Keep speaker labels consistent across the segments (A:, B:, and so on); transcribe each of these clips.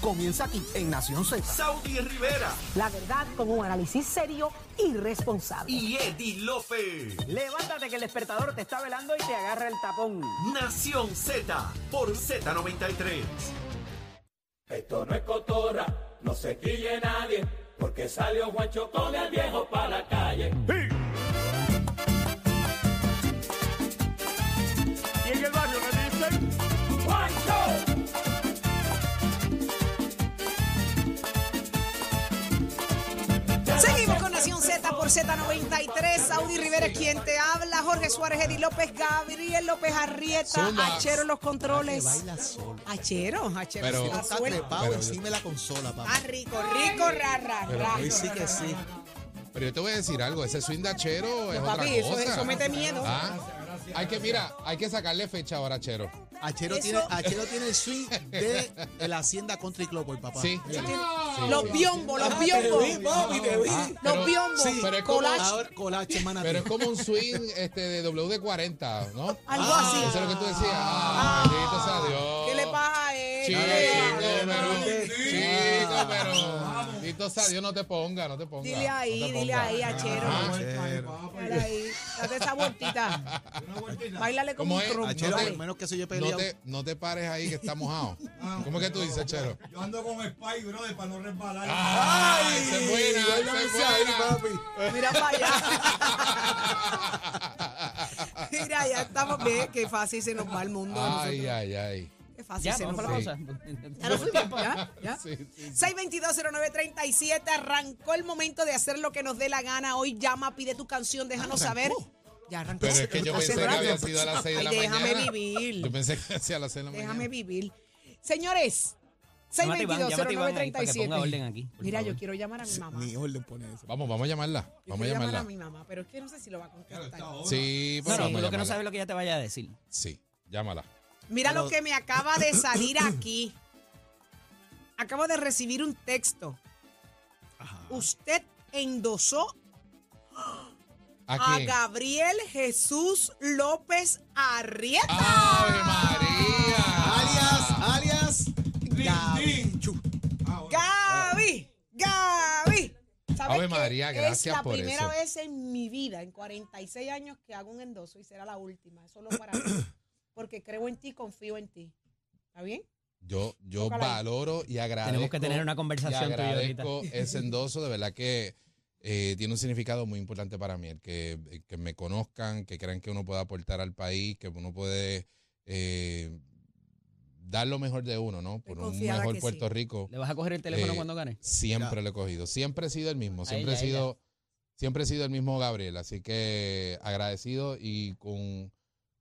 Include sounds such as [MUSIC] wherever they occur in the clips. A: comienza aquí en Nación Z.
B: Saudi Rivera
C: La verdad con un análisis serio y responsable.
B: y Eddie Lofe.
D: Levántate que el despertador te está velando y te agarra el tapón.
B: Nación Z por Z93.
E: Esto no es cotorra, no se quille nadie, porque salió Juancho con el viejo para la calle.
F: Y en el barrio me dicen,
E: ¡Juancho!
G: Seguimos con Nación Z por Z93. Saudi Rivera es quien te habla. Jorge Suárez, Eddie López, Gabriel López Arrieta,
H: Zumba.
G: Achero en los
H: Que
G: controles.
H: baila solo.
G: Achero, Achero.
H: Pero
G: se la
H: está
G: suelta.
H: trepado encima de la consola,
G: Ah,
H: papá.
G: rico, rico, ra, ra,
H: Pero
G: ra.
H: hoy sí que sí. Pero yo te voy a decir algo, ese swing de Achero es
G: Papi,
H: otra
G: eso-
H: cosa.
G: eso mete miedo.
H: Ah,
I: Hay que, mira, hay que sacarle fecha ahora, Chero.
H: Achero,
G: Eso-
H: tiene, Achero tiene el swing de el Hacienda Country Club, el papá.
I: Sí. ah,
H: Mira.
G: Los biombos, los biombos. Ah, Los
I: pero-
G: biombos.
H: Sí,
I: Pero es como-
G: Colache.
H: Ahora, colache, maná.
I: Pero es como un swing este, de WD-40, ¿no?
G: Algo así.
I: Eso es lo que tú decías. Ah, bendito sea Dios.
G: ¿Qué le pasa a él?
I: Chico,
G: Dile-
I: pero, chico, pero,
H: Vamos.
I: bendito sea Dios, no te ponga, no te ponga.
G: Dile ahí,
I: no te
G: dile
I: ponga.
G: ahí, Achero.
I: Ah,
G: Dale ahí. Date esa vueltita. Bailale como
I: ¿Cómo
G: un
I: es?
G: trompo.
H: Achero,
I: No te-
H: al menos que eso yo he
I: No
H: peleado.
I: te, no te pares ahí que está mojado.
G: Ah.
I: ¿Cómo es que tú dices, Chero?
F: yo ando con Spy, brother, para no resbalar.
I: ¡Ay! ¡Se buena! ¡Se buena!
G: Mira para allá. [LAUGHS] Mira, ya estamos bien. Qué fácil se nos va el mundo. a
I: Ay,
G: nosotros.
I: ay, ay.
G: Qué fácil
D: Ya,
G: se
D: vamos
G: nos
D: para la
G: va.
D: pausa.
G: Ya nos fuimos, ya, ya.
I: Sí, sí.
G: 622-0937, arrancó el momento de hacer lo que nos dé la gana. Hoy llama, pide tu canción, déjanos saber. Ya arrancó.
I: Pero es que yo
G: Hace
I: pensé que
G: rato.
I: había sido a las 6 de
G: Ay,
I: la mañana.
G: déjame
I: Yo
G: vivir,
I: pensé que hacía a las 6 de la mañana.
G: déjame vivir. Señores,
D: Llámate, Iván, llámate, Iván, ahí, para que ponga
G: 622-0937.
D: orden aquí. por
G: Mira, yo
D: favor.
G: quiero llamar a mi mamá.
H: Mi orden pone eso.
I: Vamos, vamos a llamarla.
G: Yo
I: Vamos
G: quiero
I: a
G: llamar a
I: llamarla.
G: mi mamá, pero es que no sé si lo va a contestar.
I: Sí, pero
D: No, no,
I: vamos
D: tú
I: a
D: lo que no
I: llamarla.
D: sabes es lo que ella te vaya a decir.
I: Sí, llámala.
G: Mira lo
H: Pero-
G: que me acaba
I: [LAUGHS]
G: de salir aquí. Acabo de recibir un texto. Usted endosó
I: ¿A
G: a
I: quién?
G: Gabriel Jesús López Arrieta.
I: ¡Ave María!
G: ah.
H: Alias, alias. Gabi. Chu.
F: Ah,
G: ¡Gaby! ¡Gaby! ¿Sabes
I: Ave
G: qué?
I: María,
G: Es
I: gracias
G: la
I: por
G: primera
I: eso.
G: vez en mi vida, en 46 años, que hago un endoso y será la última. Es Solo para
I: [COUGHS]
G: mí. Porque creo en ti, confío en ti. ¿Está bien?
I: Yo, yo
G: Tócala ahí.
I: valoro y agradezco.
D: Tenemos que tener una
I: y
D: conversación tú y yo ahorita.
I: agradezco ese endoso. De verdad que eh, tiene un significado muy importante para mí. El que, el que me conozcan, que crean que uno puede aportar al país, que uno puede eh, dar lo mejor de uno, ¿no? Por un
G: confiada
I: mejor
G: que
I: Puerto
G: sí.
I: Rico.
D: ¿Le vas a coger el teléfono
I: Eh,
D: cuando gane?
I: Siempre
H: Mira.
I: lo he cogido. Siempre he sido el mismo. Siempre
D: ella,
I: he sido, siempre he sido el mismo Gabriel. Así que agradecido y con,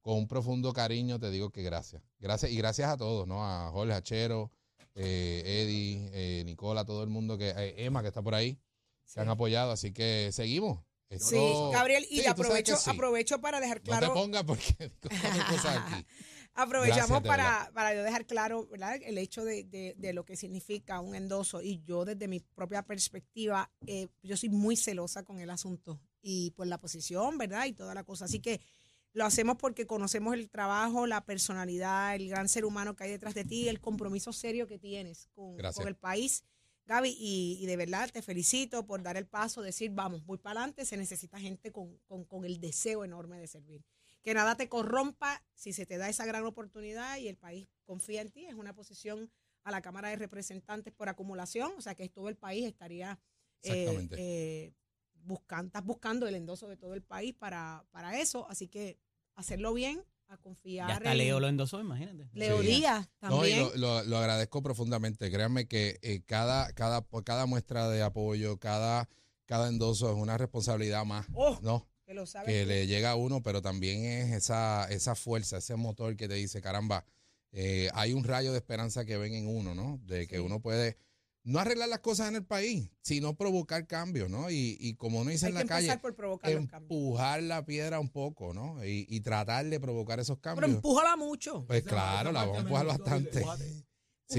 I: con un profundo cariño te digo que gracias. Gracias, y gracias a todos, ¿no? A Jorge Hachero, eh, Eddie, eh, Nicola, todo el mundo que, eh, Emma que está por ahí, que han apoyado. Así que seguimos.
G: Sí,
I: Esto-
G: Gabriel, y
I: Sí, tú sabes que
G: aprovecho,
I: sí.
G: aprovecho para dejar
I: No te
G: claro.
I: pongas porque [LAUGHS] digo cosas aquí.
G: Aprovechamos
I: Gracias, de
G: para, para yo dejar claro ¿verdad? el hecho de, de- de lo que significa un endoso y yo desde mi propia perspectiva, eh, yo soy muy celosa con el asunto y por la posición, ¿verdad? Y toda la cosa. Así que lo hacemos porque conocemos el trabajo, la personalidad, el gran ser humano que hay detrás de ti, el compromiso serio que tienes con,
I: Gracias.
G: con el país. Gaby, y, y de verdad te felicito por dar el paso, decir, vamos, voy para adelante, se necesita gente con- con- con el deseo enorme de servir que nada te corrompa si se te da esa gran oportunidad y el país confía en ti. Es una posición a la Cámara de Representantes por acumulación, o sea que todo el país estaría eh,
I: Exactamente.
G: eh, buscando, estás buscando el endoso de todo el país para, para eso. Así que hacerlo bien, a confiar
D: Ya está
G: en
D: Leo lo endosó, imagínate.
G: Leo
I: Sí.
G: Díaz
I: No, y
G: también.
I: lo, lo- lo agradezco profundamente. Créanme que eh, cada, cada, por cada muestra de apoyo, cada, cada endoso es una responsabilidad más,
G: Oh,
I: ¿no?
G: que lo sabes.
I: Que
G: tú.
I: le llega a uno, pero también es esa, esa fuerza, ese motor que te dice, caramba, eh, hay un rayo de esperanza que ven en uno, ¿no? De que
G: Sí.
I: uno puede no arreglar las cosas en el país, sino provocar cambios, ¿no? Y, y como uno dice
G: Hay
I: en
G: que
I: la
G: empezar
I: calle,
G: por provocar los cambios.
I: empujar la piedra un poco, ¿no? Y, y tratar de provocar esos
G: Pero
I: cambios.
G: empújala mucho.
I: Pues claro, la vamos a empujar
G: [LAUGHS]
I: bastante. Sí,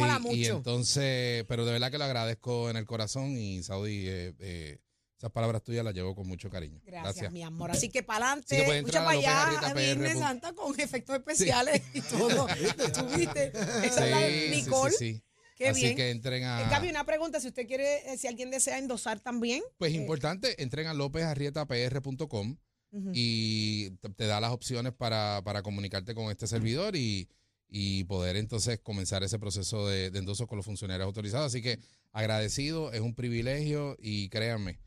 G: Empújala
I: y
G: mucho.
I: entonces, pero de verdad que lo agradezco en el corazón y Saudi, eh, eh, esas palabras tuyas las llevo con mucho cariño.
G: Gracias,
I: [LAUGHS]
G: mi amor. Así que para
I: Así que
G: adelante,
I: puede
G: mucha
I: entrar
G: para
I: a
G: allá, a
I: lopezarrietapr.com.
G: Viernes Santa con efectos especiales y todo. Estuviste. Esa
I: Sí,
G: es la de
I: sí,
G: Nicole,
I: sí, sí.
G: Qué
I: Así
G: bien.
I: que ah. entren
G: Eh,
I: a.
G: Gaby, una pregunta, si usted quiere, eh, si alguien desea endosar también.
I: Pues
G: eh,
I: importante, entren a lopezarrietapr.com
G: ujú.
I: y te- te da las opciones para, para comunicarte con este servidor y, y poder entonces comenzar ese proceso de, de endosos con los funcionarios autorizados. Así que agradecido, es un privilegio y créanme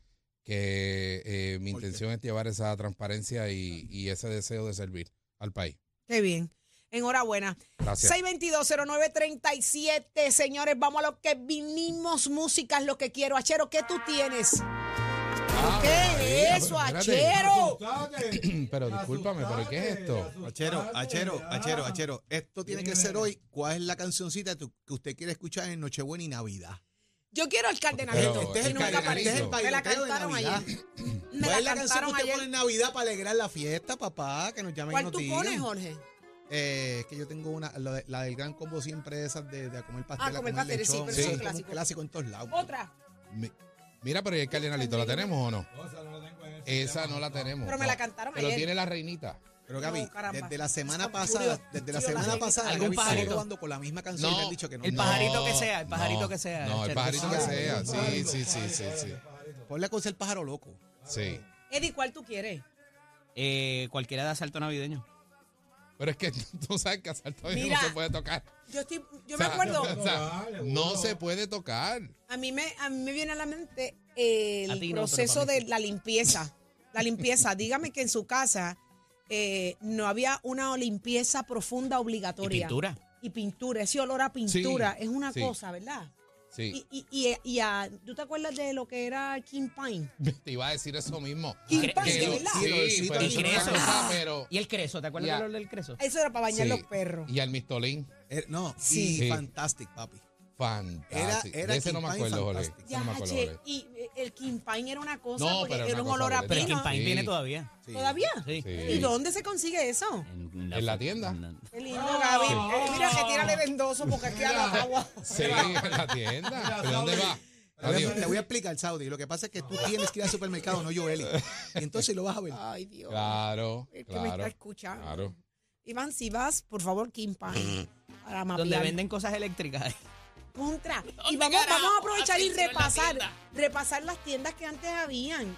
I: que eh, mi intención es llevar esa transparencia y, y ese deseo de servir al país.
G: Qué bien. Enhorabuena.
I: Gracias.
G: 622-0937, señores, vamos a lo que vinimos, música es lo que quiero. Achero, ¿qué tú tienes? ¿Qué
I: María,
G: es eso,
I: pero espérate.
G: Achero?
I: Pero discúlpame, ¿pero qué es esto?
F: Achero,
A: ah,
F: achero, achero, achero.
A: Esto tiene que
F: Ah, Dime.
A: ser hoy. ¿Cuál es la cancioncita tu- que usted quiere escuchar en Nochebuena y Navidad?
G: Yo quiero el cardenalito.
I: Pero,
A: este es
G: y
A: el
G: nunca apareció.
I: cardenalito. Este es el
G: Me la
A: bailoteo de
G: cantaron
A: Navidad.
G: ayer. Me
A: ¿Cuál
G: la
A: es la canción que
G: cantaron
A: usted pone
G: ayer.
A: en Navidad para alegrar la fiesta, papá? Que nos llamen y
G: ¿Cuál
A: nos
G: tú
A: digan.
G: pones, Jorge?
A: Eh, es que yo tengo una, la, de- la del gran combo siempre esas de, de a comer pastel,
G: Ah, comer
A: pastel,
G: pasteles, sí, pero
I: eso es
A: es
G: un
A: como un
G: clásico.
A: clásico en todos lados.
G: Otra,
I: Mi- Mira, pero ¿y el cardenalito, ¿la tenemos o no?
F: No, esa no la tengo en este ese
I: Esa
F: tema,
I: no la tenemos.
G: pero me
I: No.
G: la cantaron
I: Pero
G: ayer.
I: tiene la reinita.
A: Pero Gaby,
G: No, caramba.
A: desde la semana
G: Está
A: pasada,
G: frío.
A: desde la
G: Frío la
A: semana
G: gente.
A: pasada,
D: Algún
A: Gaby se
D: pajarito.
A: está robando con la misma canción y le han dicho que no.
D: El
A: no.
D: pajarito que sea, el pajarito que sea,
I: No, el
D: Chelo,
I: pajarito que
D: que
I: sea.
D: sea.
I: Sí, sí, sí, sí, sí.
A: Ponle a conocer el pájaro loco.
I: Sí.
G: Eddie, ¿cuál tú quieres?
D: Eh, cualquiera de asalto navideño.
I: Pero es que [LAUGHS] tú sabes que asalto de no
G: Mira.
I: se puede tocar.
G: Yo, estoy, yo
I: O
G: me
I: sea,
G: acuerdo,
I: [LAUGHS] o sea, no se puede tocar.
G: a mí me, a mí me viene a la mente
D: A
G: el
D: ti no, pero
G: proceso
D: para mí
G: de la limpieza. La limpieza, dígame que en su casa eh, no había una limpieza profunda
D: Y
G: obligatoria.
D: pintura.
G: Y pintura, ese olor a pintura es una
I: sí.
G: cosa, ¿verdad?
I: Sí.
G: Y, y, y, y a- ¿Tú te acuerdas de lo que era King Pine?
I: Te iba a decir eso mismo.
G: King
D: Cre-
G: Pine,
I: Ah, Que
G: de
I: lo-
G: pues, verdad.
A: sí, lo
I: sí,
A: necesito.
I: pero
A: Y
I: eso no es
D: creso.
I: cosa, ah, pero-
D: Y el creso, ¿te acuerdas
I: Ya.
D: del olor del creso?
G: Eso era para bañar
I: sí.
G: los perros.
I: Y al mistolín.
A: Eh, no,
G: Sí.
A: sí.
I: Sí.
A: Fantastic, papi.
I: Fantástico.
A: Era- era
I: de ese no me
A: King Pine
I: acuerdo, Jorge.
A: fantástico.
I: Ese No me acuerdo,
G: che,
I: Jorge.
G: y eh, el King Pine era una cosa,
I: No,
G: porque
I: pero
G: era
I: era
G: un
I: una
G: olor
I: cosa
G: a
D: Pero
I: Sí,
D: el King
G: pino.
I: no.
D: Pine viene
I: Sí.
D: todavía.
A: Sí.
G: ¿Todavía?
D: Sí.
G: ¿Y dónde se consigue eso?
D: En
I: En la tienda.
G: Qué lindo, Gaby. Oh, Mira, que tírale el endoso porque aquí a la agua.
I: Sí, en la tienda. ¿Pero dónde va?
A: Te voy a-
I: Adiós.
A: Te voy a explicar, Saudi. Lo que pasa es que tú tienes que ir al supermercado, no yo, Eli. Y entonces lo vas a ver.
G: Ay, Dios.
I: Claro,
G: El que me está
I: claro.
G: escuchando.
I: Claro.
G: Iván, si vas, por favor, King Pine. Para mapear.
D: Donde venden cosas eléctricas.
G: Contra. Y vamos,
D: carajo?
G: vamos a aprovechar y
D: Atención en la
G: repasar.
D: tienda.
G: repasar las tiendas que antes habían.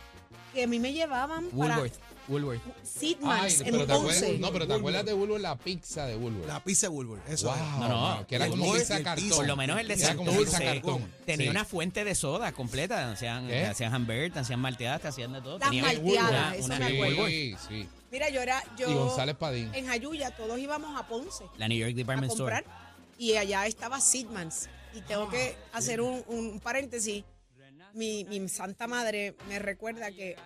G: Que a mí me llevaban
D: Woolworth. Woolworth.
G: para Sidmans
I: Ay,
G: en
I: pero te acuerdas,
G: Ponce.
I: no, pero te acuerdas de Bulbo, la pizza de Bulbo.
A: La pizza de Bulwer. Eso.
I: Wow,
A: es.
D: No, no,
I: mano, que era
A: el
I: como
A: molde,
I: pizza
A: el
I: cartón.
A: piso.
D: Por lo menos el de
I: Era
D: San
I: como pizza
D: Dulce.
I: cartón.
D: Tenía
I: Sí.
D: una fuente de soda completa. Hacían,
I: ¿Qué?
D: hacían hamburguesas, hacían malteadas, te hacían de todo.
G: Las
D: Tenían
G: malteadas, eso me
D: en
G: acuerdo.
D: Woolworth.
I: Sí, sí.
G: Mira, yo era. Yo,
I: Y González Padín.
G: En Jayuya todos íbamos a Ponce
D: La New York
G: a
D: Department Store.
G: comprar. Y allá estaba Sidmans. Y tengo que hacer un, un paréntesis. Mi, mi santa madre me recuerda que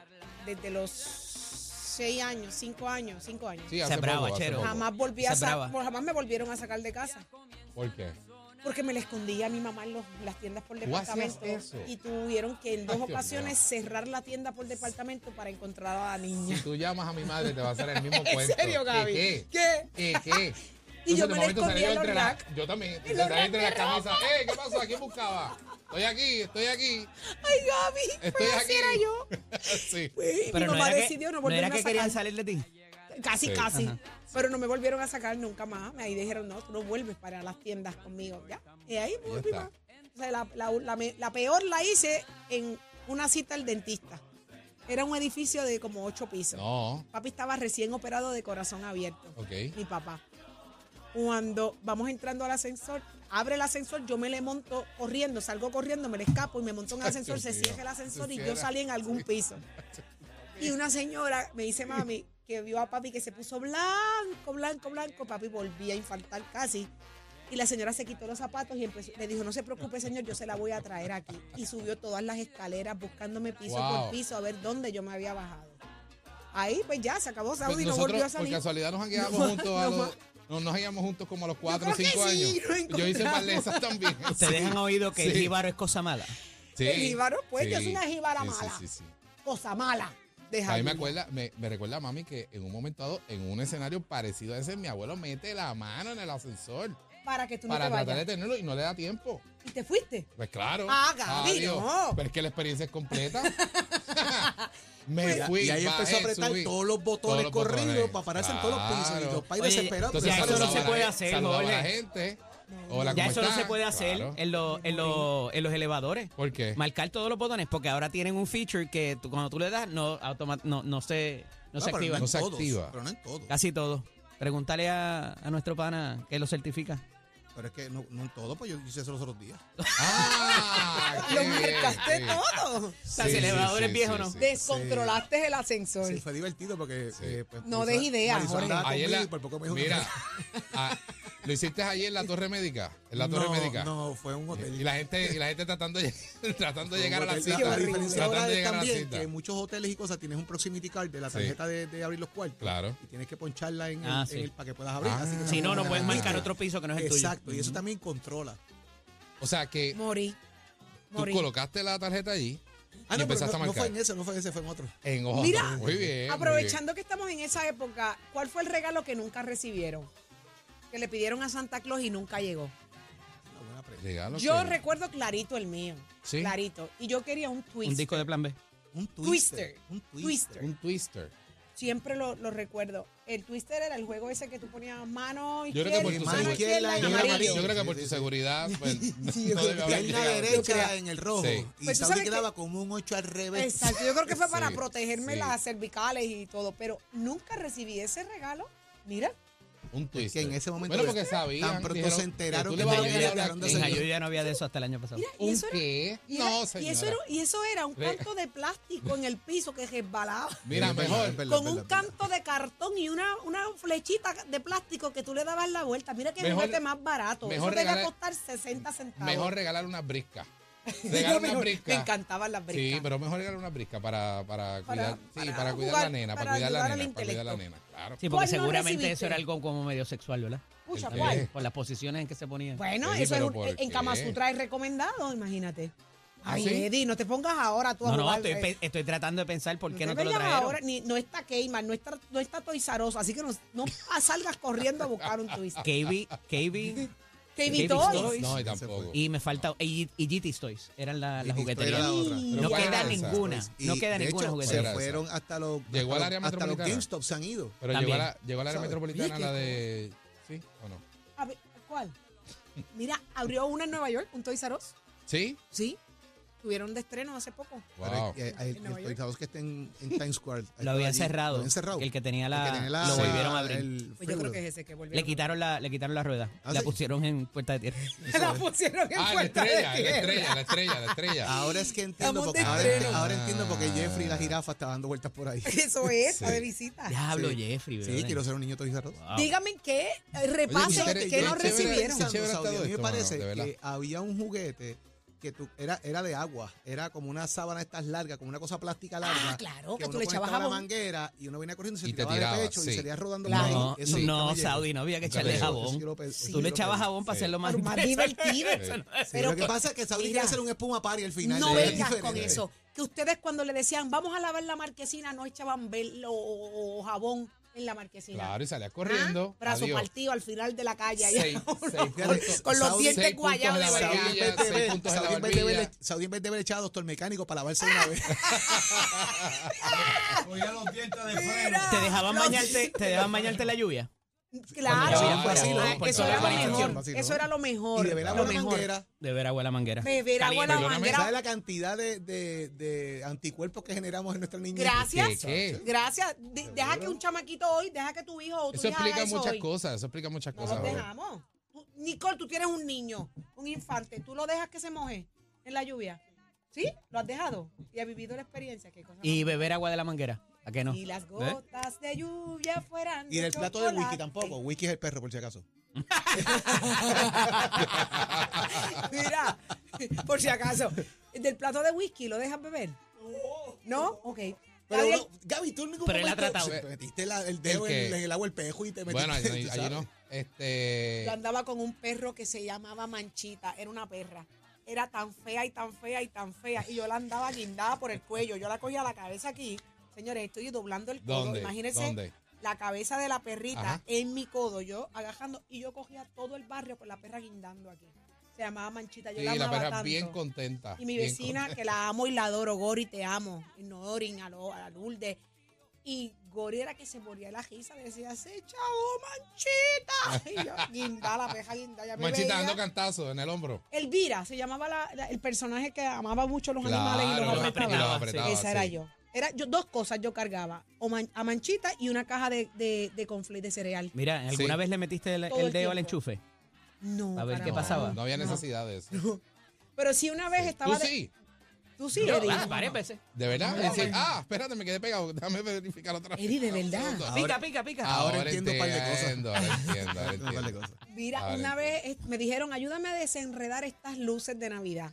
G: desde los seis años, cinco años, cinco años,
I: Sí,
D: Se
I: hace
D: brava,
I: poco, hace
D: chero.
I: poco.
G: jamás volví
D: Esa
G: a
D: es
G: sa-
D: brava.
G: jamás me volvieron a sacar de casa.
I: ¿Por qué?
G: Porque me la escondía a mi mamá en, los- en las tiendas por
I: ¿Tú hacías
G: departamento.
I: eso?
G: Y tuvieron que en dos
I: Ay, Dios
G: ocasiones cerrar la tienda por departamento para encontrar a la niña.
I: Si tú llamas a mi madre, te va a hacer el mismo cuento.
G: [LAUGHS] ¿En serio,
I: ¿Qué,
G: Gaby?
I: ¿Qué?
G: ¿Qué?
I: ¿Qué? ¿Qué?
G: [LAUGHS] Y yo me
I: Entonces, de
G: la
I: momento
G: escondí
I: salí
G: en
I: yo
G: los
I: entre la-
G: racks.
I: Yo también.
G: En los
I: salí
G: racks
I: entre
G: de
I: la
G: ropa.
I: camisa. ¡Eh, qué pasó! ¿Quién buscaba? Estoy aquí, estoy aquí.
G: [LAUGHS] Ay, Gaby,
I: Estoy
G: pero
I: aquí.
G: así era yo.
I: [LAUGHS] Sí.
G: Pues,
D: Pero
G: mi
D: no
G: mamá
D: era que-
G: decidió no
D: no
G: volverme
D: era que
G: a sacar.
D: querían salir de ti.
G: Casi,
I: Sí.
G: casi. Pero no me volvieron a sacar nunca más. Ahí dijeron, no, tú no vuelves para las tiendas conmigo. Ya. Y ahí volví
I: está.
G: más. O sea, la, la- la me- la peor la hice en una cita al dentista. Era un edificio de como ocho pisos.
I: No.
G: Papi estaba recién operado de corazón abierto.
I: Ok.
G: Mi papá. Cuando vamos entrando al ascensor, abre el ascensor, yo me le monto corriendo, salgo corriendo, me le escapo y me monto en el
I: Ay,
G: ascensor,
I: Dios
G: se
I: mío.
G: cierra el ascensor
I: Se
G: y yo
I: cierra.
G: salí en algún
I: [LAUGHS]
G: piso. Y una señora me dice, mami, que vio a papi que se puso blanco, blanco, blanco. Papi volvía a infartar casi. Y la señora se quitó los zapatos y empezó- le dijo, no se preocupe, señor, yo se la voy a traer aquí. Y subió todas las escaleras buscándome piso por
I: Wow.
G: piso a ver dónde yo me había bajado. Ahí, pues ya, se acabó
I: Pues
G: Saudi y no volvió a
I: nosotros, por
G: salir.
I: casualidad, nos hangueamos
G: No,
I: juntos a
G: no,
I: los. No, nos hangamos juntos como a los cuatro o
G: creo que
I: cinco años.
G: sí, nos
I: Yo hice
G: encontramos.
I: par de esas también.
A: [LAUGHS]
D: Te dejan oído que el
I: Sí.
D: jíbaro es cosa mala.
I: Sí.
G: El jíbaro, pues, yo soy una jíbara
I: Sí, sí,
G: mala.
I: sí, sí.
G: Cosa mala. Deja
I: A mí me
G: vivir.
I: acuerda, me, me recuerda a mami que en un momento dado, en un escenario parecido a ese, mi abuelo mete la mano en el ascensor
G: Para que tú no
I: para
G: te
I: tratar de
G: vayas.
I: tenerlo y no le da tiempo.
G: Y te fuiste.
I: Pues claro.
G: Ah, Gaby,
I: Adiós.
G: no.
I: Pero es que la experiencia
G: [LAUGHS]
I: es completa. [LAUGHS] me
A: Y-
G: Pues,
I: fui.
A: y ahí
I: bajé,
A: empezó a apretar
I: subí.
A: todos los botones
I: Todos los
A: corridos
I: botones.
A: para pararse en todos los pisos. Y
I: Claro.
A: los pais desesperados.
I: Entonces
D: Ya, eso no
I: saludaba
D: se
I: a la
D: puede
I: gente-
D: hacer,
I: saludaba a la
D: Jorge.
I: gente. Hola,
D: Ya
I: ¿cómo
D: eso no
I: está?
D: se puede hacer
I: Claro.
D: en, los, en, los, en los elevadores.
I: ¿Por qué?
D: Marcar todos los botones porque ahora tienen un feature que tú- cuando tú le das no, automa- no, no se, no
A: Ah,
D: se
A: pero
D: activa.
A: en
I: no se
A: todos,
I: activa.
A: Pero no en todo.
D: Casi todo. Pregúntale a, a nuestro pana que lo certifica.
A: Pero es que no, no en todo, pues yo hice eso los otros días.
I: ¡Ah! [LAUGHS] qué
G: Lo
I: bien,
G: marcaste
I: sí.
G: todo.
I: Sí,
D: sea, si el elevador es viejo, ¿no?
G: Descontrolaste el ascensor.
A: Sí, fue divertido porque. eh, pues,
G: No
A: Marisol-
G: des idea,
A: Marisol
G: Jorge.
A: andaba
I: Ayer
A: conmigo
I: la-
A: y por poco me dijo que
I: mira,
A: no.
I: [LAUGHS] ah, lo hiciste ayer en la Torre Médica. En la Torre
A: no,
I: Médica. Eh,
A: No, fue un hotel.
I: Y la gente, y la gente tratando, de- [LAUGHS] tratando de llegar a la
A: Hotel,
I: cita.
G: Qué horrible.
A: diferencia
I: Tratando
A: ahora
I: de
A: es
I: llegar a la
A: también
I: cita.
A: que en muchos hoteles y cosas tienes un proximity card de la
I: Sí.
A: tarjeta de, de abrir los cuartos.
I: Claro.
A: Y tienes que poncharla en,
D: Ah,
A: el,
D: sí.
A: en el- para que puedas abrir.
I: Ah.
A: Así que
D: Si
A: eso
D: no, no
A: también
D: puedes
A: es
D: marcar
A: una-
D: otro piso que no es el
A: Exacto,
D: tuyo.
A: y eso también controla. Ah,
I: O sea que
G: Morí.
I: tú
G: Morí.
I: colocaste la tarjeta allí
A: Ah,
I: y
A: no, pero
I: empezaste
A: no,
I: a
A: no fue
I: marcar.
A: en ese, no fue en ese, fue en otro.
I: en ojo.
G: Mira,
I: muy bien.
G: Aprovechando que estamos en esa época, ¿cuál fue el regalo que nunca recibieron? Que le pidieron a Santa Claus y nunca llegó.
A: Una buena pre-
I: muy bien. Regalo
G: Yo
I: que-
G: recuerdo clarito el mío.
I: Sí.
G: Clarito. Y yo quería un
D: Un
G: twist.
D: disco de plan B.
A: Un
G: Twister.
A: twister. Un
G: Twister.
A: twister.
I: un twister.
G: Siempre lo, lo recuerdo. El twister era el juego ese que tú ponías mano
I: Yo creo que
G: izquierda,
I: por tu
G: mano
I: seguridad-
G: izquierda, en
I: Yo creo, que,
G: amarillo.
I: yo creo que por
A: Sí,
I: tu
A: sí, sí.
I: seguridad. Pues,
A: [LAUGHS] Sí,
I: no [LAUGHS] debe
A: yo-
I: haber
A: pierna
I: llegado.
A: derecha en el rojo.
I: Sí.
A: Y
G: Pues tú
A: Saudi
G: sabes
A: quedaba
G: que-
A: como un 8 al revés.
D: Pues
G: Exacto, yo creo que fue para
I: Sí,
G: protegerme
I: sí.
G: las cervicales y todo, pero nunca recibí ese regalo. Mira,
I: Un
A: que
I: twister.
A: en ese momento
I: Bueno, porque
A: tan
I: sabían.
A: pronto
I: dijeron,
A: se enteraron
I: tú le
A: que
I: vas a
A: tenía
I: llegar
A: que
I: a-
A: hablar de
D: En
A: señor.
D: Ayuya no había de eso hasta el año pasado.
G: mira, y
I: ¿Un
G: eso era,
I: qué?
G: y era-
I: No,
G: y eso
I: señora.
G: era, y eso era un
I: Le-
G: canto de plástico en el piso que resbalaba.
I: Mira,
A: Es verdad,
I: mejor.
A: es verdad,
G: con
A: es
G: un
A: verdad, es verdad.
G: canto de cartón y una, una flechita de plástico que tú le dabas la vuelta. Mira que
I: Mejor-
G: juguete más barato.
I: mejor
G: Eso debe
I: regalar-
G: costar 60 centavos.
I: Mejor regalar una
A: [LAUGHS]
I: brisca.
G: Yo
I: Regalar
G: me-
I: una
G: Me
I: brisca.
G: encantaban las bricas.
I: Sí, pero mejor regalar una brisca para, para,
G: Para-
I: cuidar, sí,
G: para
I: para cuidar
G: jugar,
I: la nena, para,
G: para
I: cuidar la
G: ayudar al
I: nena, para cuidar la
G: intelecto.
I: nena, claro.
D: Sí,
G: ¿Cuál
D: porque
G: no
D: seguramente
G: recibiste?
D: eso era algo como medio sexual, ¿verdad?
G: Pucha,
I: ¿El
D: Por-
G: ¿cuál?
I: qué?
D: Por las posiciones en que se ponían.
G: Bueno,
I: Sí,
G: eso es
I: pero
G: un-
I: ¿por
G: en Kama
I: qué?
G: Sutra es recomendado, imagínate.
I: ¿Ah,
G: Ay,
I: sí?
G: Eddie, no te pongas ahora tú a
D: No, no,
G: jugar,
D: estoy,
G: eh.
D: pe- estoy tratando de pensar por qué no
G: te
D: te lo
G: vayas
D: trajeron.
G: ahora, ni- no está Keyman, no está, no está Toizaroso, así que no, no [LAUGHS] salgas corriendo a buscar un twist.
D: KB, KB
G: Kevin
D: Kevin
G: Toys.
D: Toys.
I: No, y tampoco.
D: y me falta y, y GT Toys, eran la, la
A: Y esto
D: juguetería.
A: era la otra.
G: No
D: queda
A: Pero ¿cuál era esa?
D: ninguna,
A: Y,
D: no queda
A: de
D: ninguna
A: hecho,
D: juguetería.
A: Se fueron hasta los,
I: Llegó al
A: hasta
I: área
A: los- hasta los
I: metropolitana.
A: GameStop se han ido.
I: Pero
D: También.
I: llegó a la, llegó al área
A: ¿Sabes?
I: metropolitana
A: Oye,
I: la
A: qué
I: de... ¿Sí o no?
G: A ver, ¿Cuál? Mira, abrió una en Nueva York, un Toys R Us.
I: ¿Sí?
G: Sí. Tuvieron de estreno hace poco.
I: Wow.
A: Pero, eh, el,
G: En Nueva
A: el
G: York.
A: Toys R Us que está en, en Times Square.
D: Lo habían
A: Allí,
D: cerrado,
A: Lo habían cerrado.
D: el que tenía la-
A: El que tenía la-
D: lo volvieron a
A: el
D: abrir.
G: Pues yo creo
A: Freewheel.
G: que es ese que volvió.
D: Le quitaron la le quitaron la rueda,
A: ¿Ah,
D: la
A: sí?
D: pusieron en puerta de tierra.
G: [LAUGHS] la pusieron en
I: Ah, la
G: puerta
I: estrella,
G: de
I: la
G: tierra.
I: estrella, la estrella, la estrella.
A: Ahora es que entiendo,
G: Estamos
A: porque
G: de
A: ahora, enti-
G: estreno.
A: ahora entiendo porque
I: Ah.
A: Jeffrey y la jirafa está dando vueltas por ahí. Sí,
G: Eso es,
I: Sí.
G: está de visita.
D: Diablo, Jeffrey, brother.
A: quiero ser un niño Toys R Us.
D: Wow.
G: Dígame qué, eh,
I: Oye, qué
G: repasen
I: chévere,
G: que
I: qué
G: no
I: chévere.
G: recibieron.
I: Qué chévere ha
A: Saudi,
I: estado
A: a mí me
I: esto, mano,
A: parece
I: de verdad.
A: que había un juguete que tú, era, era de agua, era como una sábana de estas largas, como una cosa plástica larga.
G: Ah, claro,
A: que,
G: que tú
A: uno
G: le echabas
A: conectaba la
G: jabón.
A: manguera y uno venía corriendo y se
I: Y te
A: tiraba, de
I: tiraba,
A: pecho
I: sí.
A: y salía rodando
G: Claro.
A: por ahí.
D: No,
A: Eso Ah, eh, sí,
D: no,
A: nunca me llegó.
D: Saudi, no había que
I: Nunca
D: echarle
I: llegó.
A: Eso sí
D: jabón.
A: lo pe- eso
D: Tú
A: sí
D: le
A: lo
D: echabas
A: pensé.
D: jabón para
I: Sí.
D: hacerlo más
G: Pero más divertido.
A: Sí,
G: Pero
A: lo que pasa es que Saudi
G: Mira.
A: quiere hacer un espuma party al final.
G: No
A: Es
G: vengas con
A: diferente.
G: eso. Que ustedes cuando le decían, vamos a lavar la marquesina, no echaban velo o jabón en la marquesina.
I: Claro, y salías
G: Ah,
I: corriendo.
G: Brazo
I: Adiós.
G: partido al final de la calle. [LAUGHS] ahí.
I: Seis- seis puntos-
G: con los
A: Saudi-
G: dientes
I: seis puntos en la
G: guayados de
I: barbilla,
G: verdad.
A: Saudi en vez de
I: seis
A: ver-
I: puntos en la
A: Saudi en vez de
I: barbilla.
A: ver- Saudi en vez de haber echado a doctor mecánico para lavarse una
G: Ah,
A: vez.
F: Cogía los dientes de freno.
D: Te dejaban
G: No. [LAUGHS]
D: bañarte, te dejaban bañarte en la lluvia.
G: Claro,
D: Cuando llegaban
G: eso,
D: por
G: ah,
D: ahí, por
G: eso
D: toda
G: era
D: la
G: lo
D: urbanización,
G: mejor.
A: vacilón.
G: Eso era lo mejor.
A: Y de ver
G: lo
A: agua la
G: mejor.
A: manguera.
D: De ver agua a la manguera.
G: Beber agua a la
I: Perdóname,
A: ¿Sabes
G: manguera.
A: la cantidad de, de- de anticuerpos que generamos en nuestra niñez?
G: Gracias.
I: ¿Qué, qué?
G: Gracias. De- deja que un chamaquito hoy, deja que tu hijo o tu
I: Eso
G: hija haga
I: explica
G: eso
I: muchas
G: hoy.
I: cosas, eso explica muchas
G: No
I: cosas.
G: los
I: Jorge.
G: dejamos. Tú- Nicole, tú tienes un niño, un infante. ¿Tú lo dejas que se moje en la lluvia? ¿Sí? ¿Lo has dejado? Y ha vivido la experiencia. ¿Qué cosa
D: Y
G: más?
D: beber agua de la manguera. ¿A qué no? ¿Eh?
G: Y las
D: ¿Ves?
G: gotas de lluvia fueran.
A: Y del plato de Wiki
G: chocolate.
A: tampoco. Wiki es el perro, por si acaso.
G: [LAUGHS] Mira, por si acaso. Del plato de whisky, ¿lo dejas beber? No. Ok.
A: Pero
G: Gabriel,
A: uno- Gaby, tú en ningún
D: Pero él ha
A: momento
D: tratado.
A: se- te metiste la- el dedo
I: ¿El qué?
A: en, en el agua del pejo y te metiste.
I: Bueno, allí,
A: tú
I: no- allí
A: sabes.
I: no. Este,
G: Yo andaba con un perro que se llamaba Manchita, era una perra. Era tan fea y tan fea y tan fea. Y yo la andaba guindada por el cuello. Yo la cogía la cabeza aquí. Señores, estoy doblando el codo.
I: ¿Dónde?
G: Imagínense
I: ¿Dónde?
G: la cabeza de la perrita
I: Ajá.
G: en mi codo. Yo agajando. Y yo cogía todo el barrio por la perra guindando aquí. Se llamaba Manchita. Yo
I: Sí,
G: la
I: la
G: amaba
I: perra
G: tanto.
I: bien contenta.
G: Y mi
I: bien
G: vecina,
I: contenta.
G: que la amo y la adoro, Gori, te amo. Y Nodorin, a, lo- a Lourdes. Y Gori era que se moría de la risa, le decía, se chavo, manchita. [LAUGHS] Y yo, guinda, la peja guinda. Ya me
I: Ah. Manchita
G: veía.
I: dando cantazos en el hombro.
G: Elvira, se llamaba la- la- el personaje que amaba mucho los animales y
I: Claro,
G: los
I: los
G: apretaba.
I: apretaba, apretaba,
G: Esa era
I: sí.
G: yo. Era yo, dos cosas yo cargaba, o man- a manchita y una caja de, de, de conflé de cereal.
D: Mira, ¿alguna
I: Sí.
D: vez le metiste el,
G: Todo
D: el
G: el
D: dedo al
G: tiempo.
D: enchufe?
G: No.
D: A ver,
G: para
D: ¿qué
G: nada.
D: pasaba?
I: No había necesidad de eso.
G: Pero sí una vez
I: Tú
G: estaba... de-
I: sí,
G: Tú sí,
D: Yo,
G: Eddie.
D: ah, varias veces.
I: de verdad.
G: No,
I: Es decir,
G: bueno.
I: ah, espérate, me quedé pegado. Déjame verificar otra vez.
G: Eddie, de verdad.
D: Pica, pica, pica.
A: Ahora entiendo un par de cosas.
I: entiendo, Ahora
G: [LAUGHS]
I: entiendo, ahora
A: Ahora entiendo un par de
I: entiendo.
A: cosas.
G: Mira,
I: Ahora
G: una vez eh, me dijeron, ayúdame a desenredar estas luces de Navidad.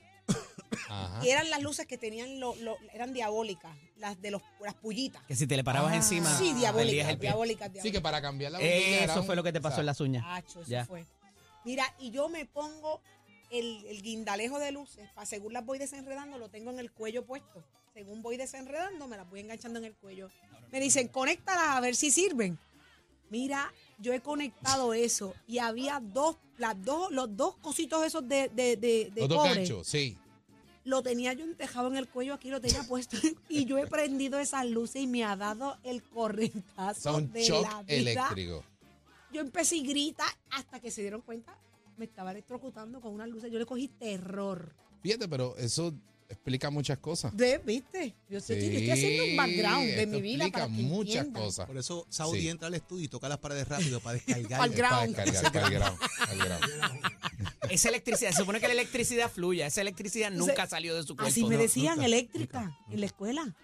I: Ajá.
G: Y eran las luces que tenían, lo, lo- eran diabólicas, las de los, las pullitas.
D: Que si te le parabas
G: Ah,
D: encima.
G: Sí,
D: perdías
G: diabólicas,
D: el pie.
G: diabólicas,
I: Sí, que
G: diabólicas.
I: para cambiar la botella era
D: Eso
I: un-
D: fue lo que te pasó
I: o sea,
D: en las uñas.
G: Acho, eso
D: Ya.
G: fue. Mira, y yo me pongo el, el guindalejo de luces, para según las voy desenredando, lo tengo en el cuello puesto. Según voy desenredando, me las voy enganchando en el cuello. Me dicen, conéctalas a ver si sirven. Mira, yo he conectado eso y había dos, las dos, los dos cositos esos de, de, de, de
I: Los dos
G: cobre.
I: ganchos, sí.
G: Lo tenía yo entejado en el cuello, aquí lo tenía puesto [LAUGHS] y yo he prendido esas luces y me ha dado el correntazo
I: Son
G: de
I: shock
G: la vida.
I: eléctrico.
G: Yo empecé y grita hasta que se dieron cuenta. Me estaba electrocutando con unas luces. Yo le cogí terror.
I: Fíjate, pero eso explica muchas cosas.
G: ¿Ves? ¿Viste? Yo estoy, yo estoy haciendo un background de
I: esto
G: mi vida.
I: Explica
G: Para que
I: muchas
G: entiendan.
I: cosas.
A: Por eso Saudi
I: Sí.
A: entra al estudio y toca las paredes rápido para
G: Al
A: descargar.
I: Es
A: Eh,
I: para
G: ground.
I: descargar, para el ground, para el ground.
D: Esa
G: Ah.
D: electricidad, se supone que la electricidad fluya. Esa electricidad nunca salió de su cuerpo.
G: Así me
D: No,
G: decían,
A: nunca,
G: eléctrica,
A: nunca,
G: en la escuela.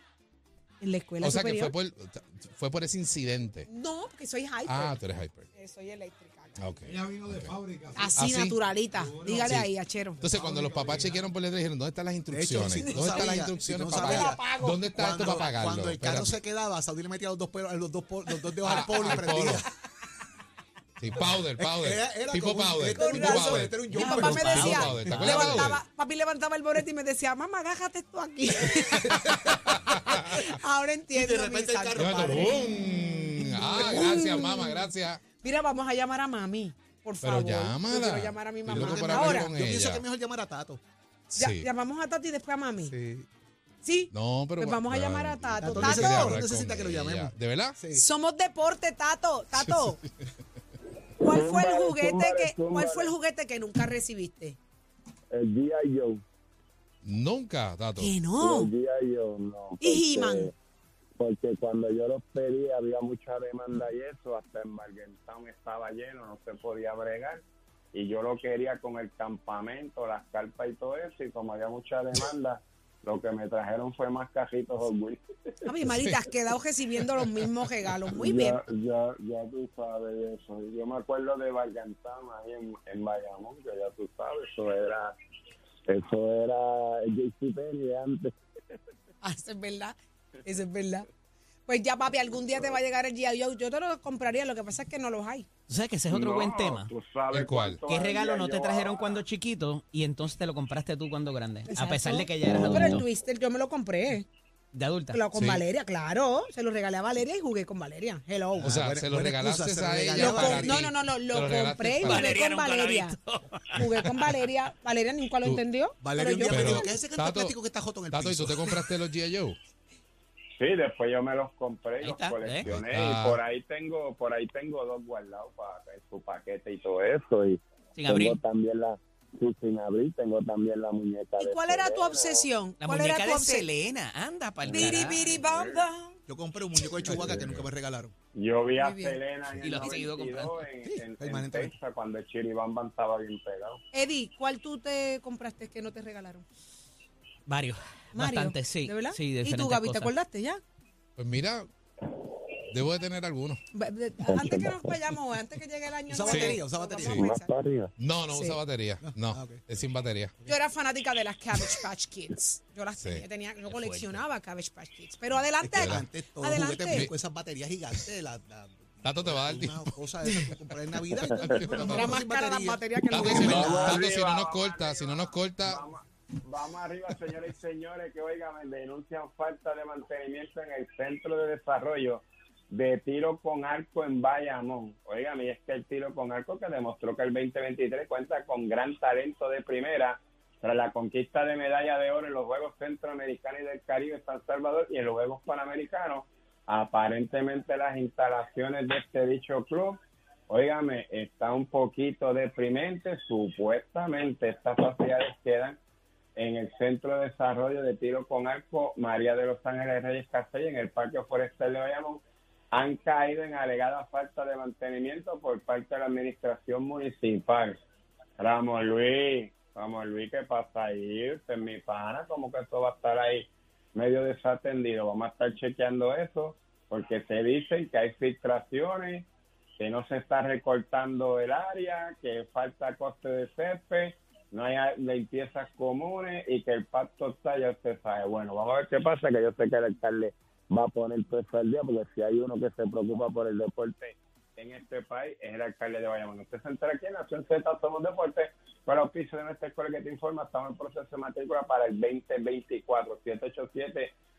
G: En la escuela
I: O sea que fue
G: superior.
I: por, fue por ese incidente.
G: No, porque soy hyper.
I: Ah, tú eres hyper.
G: Eh, Soy eléctrica.
I: Ah, ok.
F: Ella vino de fábrica.
G: Así,
I: ¿Ah, sí?
G: naturalita. Dígale
I: Sí.
G: ahí, achero.
I: Entonces, cuando los papás chequearon por letra, dijeron: ¿Dónde están las instrucciones?
A: si tú
I: ¿Dónde están las
A: sabías,
I: instrucciones
A: si tú
I: para
A: sabías,
I: pagar? ¿Dónde [LAUGHS] está esto para pagarlo?
A: cuando el carro
I: Espérate.
A: se quedaba, Saudi le metía los dos, pelos, los dos, po- los dos dedos
I: Ah,
A: al polo y
I: al
A: prendía.
I: polo. Sí, powder, powder.
A: Era- era
I: tipo
A: como un-
I: powder.
A: este era
G: un
I: tipo
G: brazo,
I: powder.
A: este era un
G: Mi
A: Yo,
G: papá
A: pero
G: me
A: Pablo,
G: decía,
I: Pablo, ¿te acuerdas de Pablo?
G: levantaba, papi levantaba el boleto y me decía, mamá, agájate esto aquí. [LAUGHS]
A: [LAUGHS]
G: Ahora entiendo.
A: Y de repente
G: mi
A: el
G: santo
A: carro
I: Yo,
G: padre.
I: ¡bum! Ah, gracias, mamá, gracias.
G: Mira, vamos a llamar a mami, por
I: Pero
G: favor. Yo
I: llámala.
G: quiero llamar a mi
I: Estoy
G: mamá.
I: loco por hablar
G: Ahora,
I: con
A: Yo pienso
I: ella.
A: que es mejor llamar a Tato.
G: ya-
I: Sí.
G: llamamos a Tato y después a mami. Sí.
I: No, pero.
G: Pues vamos a llamar a Tato.
I: Tato
G: Tato,
I: necesita hablar
A: necesita
I: con
A: que lo
I: ella.
A: llamemos.
I: ¿De verdad?
A: Sí.
G: Somos deporte, Tato. Tato. ¿Cuál fue el
J: Zúmbale,
G: juguete
J: zúmbale,
G: que, cuál
J: zúmbale.
G: fue el juguete que nunca recibiste?
J: El G.I. Joe.
I: Nunca, Tato.
G: Que
J: El
G: no.
J: G.I. Joe, no.
G: Y
J: porque-
G: He-Man.
J: Porque cuando yo los pedí había mucha demanda y eso, hasta en Margentown estaba lleno, no se podía bregar. Y yo lo quería con el campamento, las carpas y todo eso, y como había mucha demanda, lo que me trajeron fue más cajitos Hot Wheels.
G: A mi marita, has quedado recibiendo los mismos regalos. Muy
J: ya,
G: bien.
J: Ya, ya tú sabes eso. Yo me acuerdo de Bargantán ahí en, en Bayamón, que ya tú sabes, eso era, eso era el JCPenney de antes.
G: [LAUGHS] Ah, Eso es verdad. Eso es verdad. Pues ya, papi, algún día te va a llegar el G.I. Joe. Yo te lo compraría, lo que pasa es que no los hay.
D: ¿Tú sabes que ese es otro
J: No,
D: buen tema?
J: tú sabes
I: ¿El cuál?
J: cuánto
D: ¿Qué regalo
J: había
D: no te
J: yo
D: trajeron
J: ahora.
D: cuando chiquito y entonces te lo compraste tú cuando grande? A pesar
G: Exacto.
D: de que ya eras
G: Pero el
D: adulto.
G: Twister yo me lo compré.
D: De adulta.
G: Claro, con
I: Sí.
G: Valeria, claro. Se lo regalé a Valeria y jugué con Valeria. Hello.
I: O sea,
A: buena-
I: se lo
A: buena
I: regalaste
A: excusa, se lo
I: a ella.
A: regalaste
G: Lo
I: para
G: com-
I: ti.
G: no, no, no, no,
I: Te
G: lo
I: regalaste
G: compré y
I: para ti.
G: jugué con
D: nunca la ha
G: Valeria. Jugué con Valeria. Valeria nunca lo
I: Tú-
G: entendió.
A: Valeria
G: pero
A: un día
G: yo
A: me
I: pero-
A: dijo, ¿qué es ese canto
I: Tato-
A: plástico que está joto en el
I: Tato, ¿y
A: piso?
I: tú te compraste los G.I. Joe?
J: Sí, después yo me los compré
D: Ahí
J: y los
D: está,
J: coleccioné
I: ¿eh? Ahí está.
J: y por ahí tengo, por ahí tengo dos guardados para su paquete y todo eso y
D: Sin
J: tengo
D: abrir.
J: también la sí, sin abrir, tengo también la muñeca.
G: ¿Y
J: de
G: cuál era tu
J: Selena.
G: obsesión?
D: La
G: ¿Cuál
D: muñeca
G: era tu
D: de
G: obsesión?
D: Selena. Anda, pa'l
G: Biri,
D: carajo.
G: biri, bam, bam.
A: Yo compré un muñeco de Chihuahua que nunca me regalaron.
J: Yo vi a
G: Muy bien.
J: Selena en
D: Y
J: el
D: lo has seguido
J: 92 en,
A: Sí,
J: en- en,
A: permanentemente.
J: Texas cuando el Chiribamba estaba bien pegado.
G: Eddie, ¿cuál tú te compraste que no te regalaron?
D: Varios.
G: Mario.
D: Bastante, sí.
G: ¿De verdad?
D: Sí,
G: ¿Y tú,
D: diferentes
G: Gaby, te
D: cosas.
G: acordaste ya?
I: Pues mira, debo de tener algunos.
G: Ba- de- Antes que nos vayamos, antes que llegue el año
A: Usa
G: nuevo,
A: batería, usa batería.
G: vamos a
I: Sí.
J: Más
G: pensar.
J: para arriba.
I: No, no
G: Sí.
I: usa batería. No,
A: Ah, ok.
I: es sin batería.
G: Yo era fanática de las Cabbage Patch Kids. Yo las
I: Sí.
G: tenía, tenía- yo coleccionaba Cabbage Patch Kids. Pero adelante,
A: Es que antes todo
G: adelante.
A: juguete con esas baterías gigantes. La, la-
I: Tato te va a dar tiempo.
A: una cosa de esas que compré
I: [LAUGHS]
A: en Navidad. y todo, pero no,
G: Era
A: no,
G: más
A: sin
G: cara las
A: batería.
G: baterías que los
I: Tato,
A: Porque
I: si
A: es
I: no,
A: verdad.
I: Tato, si no nos
J: Arriba,
I: corta,
J: arriba.
I: si no nos corta,
J: Vamos, vamos arriba, señores y señores, que oigan, me denuncian falta de mantenimiento en el Centro de Desarrollo de tiro con arco en Bayamón. Oigan, y es que el tiro con arco que demostró que el 2023 cuenta con gran talento de primera tras la conquista de medalla de oro en los Juegos Centroamericanos y del Caribe en San Salvador y en los Juegos Panamericanos. Aparentemente las instalaciones de este dicho club, óigame, está un poquito deprimente. Supuestamente estas facilidades quedan en el Centro de Desarrollo de Tiro con Arco María de los Ángeles Reyes Castell en el Parque Forestal de Bayamón han caído en alegada falta de mantenimiento por parte de la administración municipal. Ramón Luis, Ramón Luis, ¿qué pasa ahí? Usted es mi pana, ¿cómo que esto va a estar ahí medio desatendido? Vamos a estar chequeando eso, porque se dicen que hay filtraciones, que no se está recortando el área, que falta coste de césped, no hay a- limpiezas comunes y que el pacto está, ya usted sabe. Bueno, vamos a ver qué pasa, que yo sé que el alcalde va a poner todo eso al día, porque si hay uno que se preocupa por el deporte en este país, es el alcalde de Bayamón. Usted se entera aquí en Nación Z, somos deportes, para auspicio de nuestra escuela que te informa, estamos en proceso de matrícula para el 2024,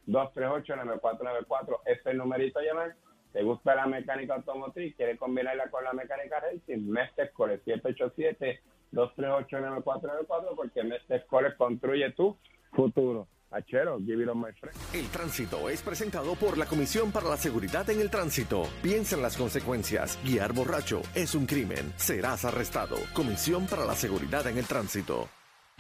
J: 787-238-9494, ese es el este numerito a llamar. ¿Te gusta la mecánica automotriz? ¿Quieres combinarla con la mecánica racing? Mestre Core 787-238-9494 porque Mestre Core construye tu futuro. Achero, give it on my friend.
B: El tránsito es presentado por la Comisión para la Seguridad en el Tránsito. Piensa en las consecuencias. Guiar borracho es un crimen. Serás arrestado. Comisión para la Seguridad en el Tránsito.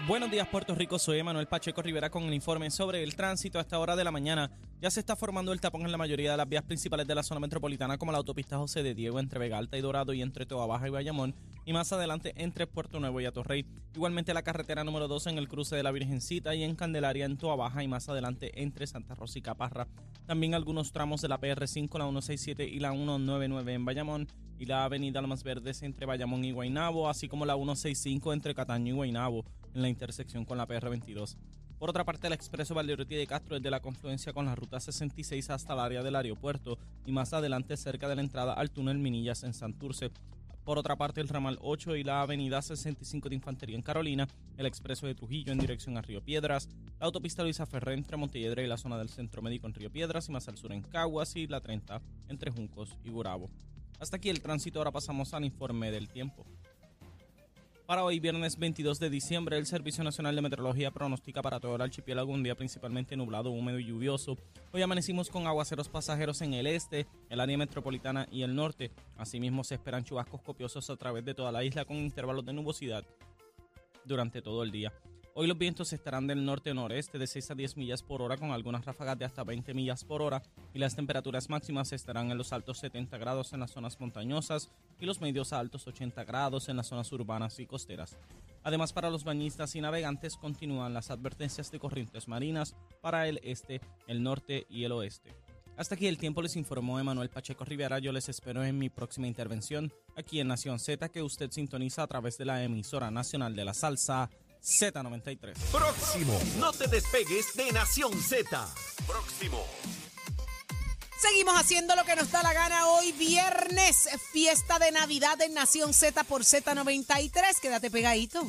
K: Buenos días Puerto Rico, soy Emanuel Pacheco Rivera con el informe sobre el tránsito a esta hora de la mañana. Ya se está formando el tapón en la mayoría de las vías principales de la zona metropolitana como la autopista José de Diego entre Vega Alta y Dorado y entre Toa Baja y Bayamón y más adelante entre Puerto Nuevo y Atorrey. Igualmente la carretera número 2 en el cruce de la Virgencita y en Candelaria en Toa Baja y más adelante entre Santa Rosa y Caparra. También algunos tramos de la PR5, la 167 y la 199 en Bayamón y la avenida Lomas Verdes entre Bayamón y Guaynabo, así como la 165 entre Cataño y Guaynabo en la intersección con la PR22. Por otra parte, el expreso Valeriotti de Castro desde la confluencia con la ruta 66 hasta el área del aeropuerto y más adelante cerca de la entrada al túnel Minillas en Santurce. Por otra parte, el ramal 8 y la avenida 65 de Infantería en Carolina, el expreso de Trujillo en dirección a Río Piedras, la autopista Luisa Ferré entre Montelledra y la zona del centro médico en Río Piedras y más al sur en Caguas y la 30 entre Juncos y Gurabo. Hasta aquí el tránsito, ahora pasamos al informe del tiempo. Para hoy, viernes 22 de diciembre, el Servicio Nacional de Meteorología pronostica para todo el archipiélago un día principalmente nublado, húmedo y lluvioso. Hoy amanecimos con aguaceros pasajeros en el este, el área metropolitana y el norte. Asimismo, se esperan chubascos copiosos a través de toda la isla con intervalos de nubosidad durante todo el día. Hoy los vientos estarán del norte-noreste de 6 a 10 millas por hora con algunas ráfagas de hasta 20 millas por hora y las temperaturas máximas estarán en los altos 70 grados en las zonas montañosas y los medios a altos 80 grados en las zonas urbanas y costeras. Además, para los bañistas y navegantes continúan las advertencias de corrientes marinas para el este, el norte y el oeste. Hasta aquí el tiempo les informó Emanuel Pacheco Rivera. Yo les espero en mi próxima intervención aquí en Nación Z que usted sintoniza a través de la emisora nacional de la salsa Z93.
B: Próximo. No te despegues de Nación Z. Próximo.
G: Seguimos haciendo lo que nos da la gana hoy, viernes, fiesta de Navidad en Nación Z por Z93. Quédate pegadito.